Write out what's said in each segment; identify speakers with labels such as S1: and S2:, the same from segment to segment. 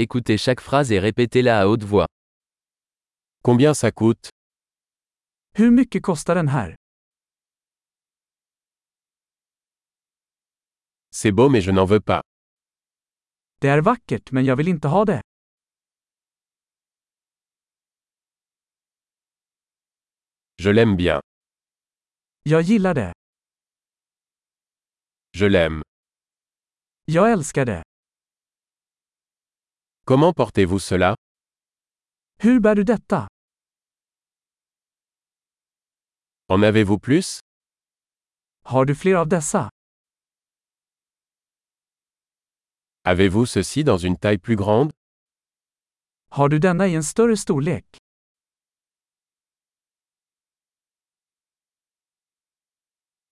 S1: Écoutez chaque phrase et répétez-la à haute voix.
S2: Combien ça coûte
S3: Hur mycket kostar den här?
S2: C'est beau mais je n'en veux pas.
S3: Det är vackert men jag vill inte ha det.
S2: Je l'aime bien.
S3: Jag gillar det.
S2: Je l'aime.
S3: Jag älskar det.
S2: Comment portez-vous cela
S3: Hur bär du detta?
S2: En avez-vous plus
S3: Har du fler av dessa?
S2: Avez-vous ceci dans une taille plus grande
S3: Har du denna i en större storlek?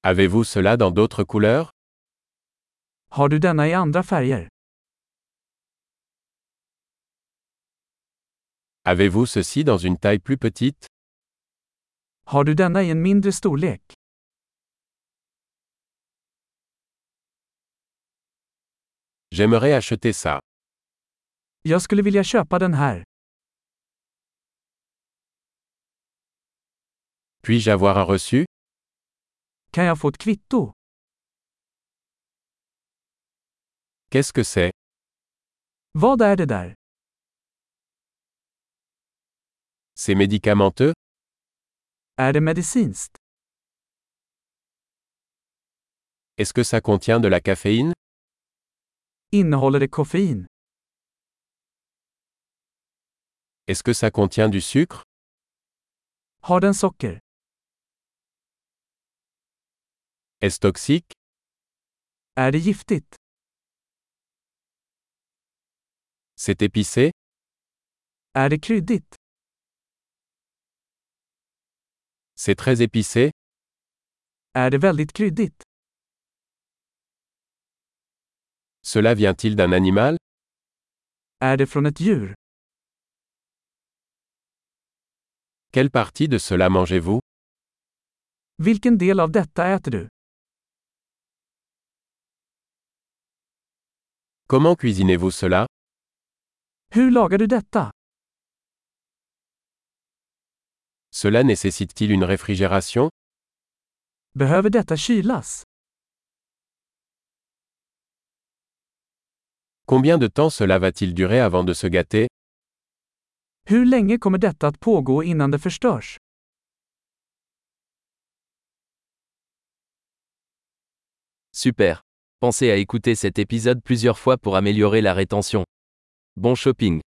S2: Avez-vous cela dans d'autres couleurs
S3: Har du denna i andra färger?
S2: Avez-vous ceci dans une taille plus petite
S3: Har du denna i en mindre storlek?
S2: J'aimerais acheter ça.
S3: Jag skulle vilja köpa den här.
S2: Puis-je avoir un reçu
S3: Kan jag få ett kvitto?
S2: Qu'est-ce que c'est
S3: Vad är det där?
S2: C'est médicamenteux
S3: Är det medicinskt?
S2: Est-ce que ça contient de la caféine
S3: Innehåller det koffein?
S2: Est-ce que ça contient du sucre
S3: Har den socker?
S2: Est-ce toxique
S3: Är det giftigt?
S2: C'est épicé
S3: Är det kryddigt?
S2: C'est très épicé
S3: Är det väldigt kryddigt?
S2: Cela vient-il d'un animal
S3: Är det från ett djur?
S2: Quelle partie de cela mangez-vous
S3: Vilken del av detta äter du?
S2: Comment cuisinez-vous cela
S3: Hur lagar du detta?
S2: Cela nécessite-t-il une réfrigération
S3: Behöver detta kylas?
S2: Combien de temps cela va-t-il durer avant de se gâter
S3: Hur länge kommer detta att pågå innan det förstörs?
S1: Super. Pensez à écouter cet épisode plusieurs fois pour améliorer la rétention. Bon shopping.